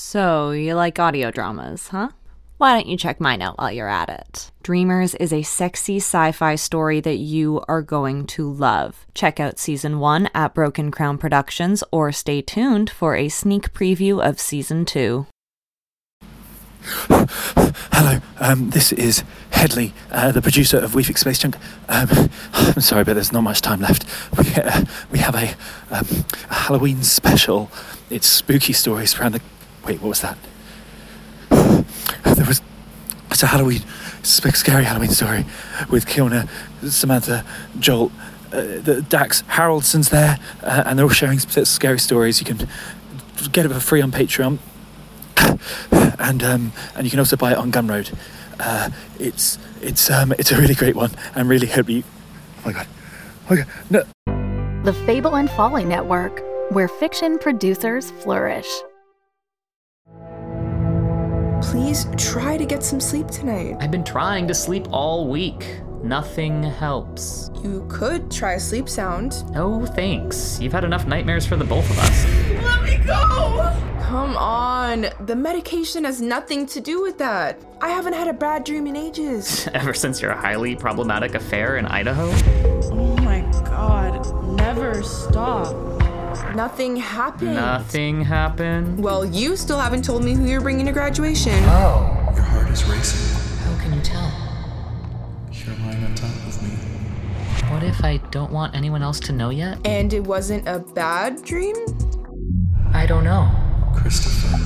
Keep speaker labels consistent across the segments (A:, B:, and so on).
A: So, you like audio dramas, huh? Why don't you check mine out while you're at it? Dreamers is a sexy sci fi story that you are going to love. Check out season one at Broken Crown Productions or stay tuned for a sneak preview of season two.
B: Hello, um, this is Headley, uh, the producer of We Fix Space Junk. Um, I'm sorry, but there's not much time left. We, uh, we have a, um, a Halloween special. It's spooky stories around the. Wait, what was that? There was. It's a Halloween, sp- scary Halloween story with Kilner, Samantha, Joel, uh, the Dax Haroldson's there, uh, and they're all sharing sp- scary stories. You can get it for free on Patreon and um, and you can also buy it on Gumroad. Uh, it's it's um, it's a really great one, and really hope you. Oh my god! Oh my god! No.
C: The Fable and Folly Network, where fiction producers flourish.
D: Please try to get some sleep tonight.
E: I've been trying to sleep all week. Nothing helps.
D: You could try a sleep sound.
E: No thanks. You've had enough nightmares for the both of us.
D: Let me go! Come on. The medication has nothing to do with that. I haven't had a bad dream in ages.
E: Ever since your highly problematic affair in Idaho?
F: Oh my god, never stop.
D: Nothing happened.
E: Nothing happened.
D: Well, you still haven't told me who you're bringing to graduation.
G: Your heart is racing.
E: How can you tell?
G: You're lying on top of me.
E: What if I don't want anyone else to know yet?
D: And it wasn't a bad dream?
E: I don't know.
G: Christopher.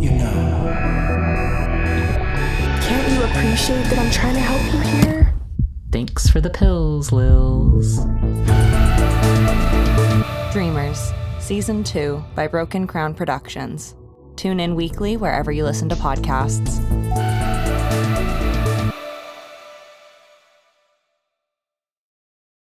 G: You know.
D: Can't you appreciate that I'm trying to help you here?
E: Thanks for the pills, Lils.
A: Dreamers, Season 2 by Broken Crown Productions. Tune in weekly wherever you listen to podcasts.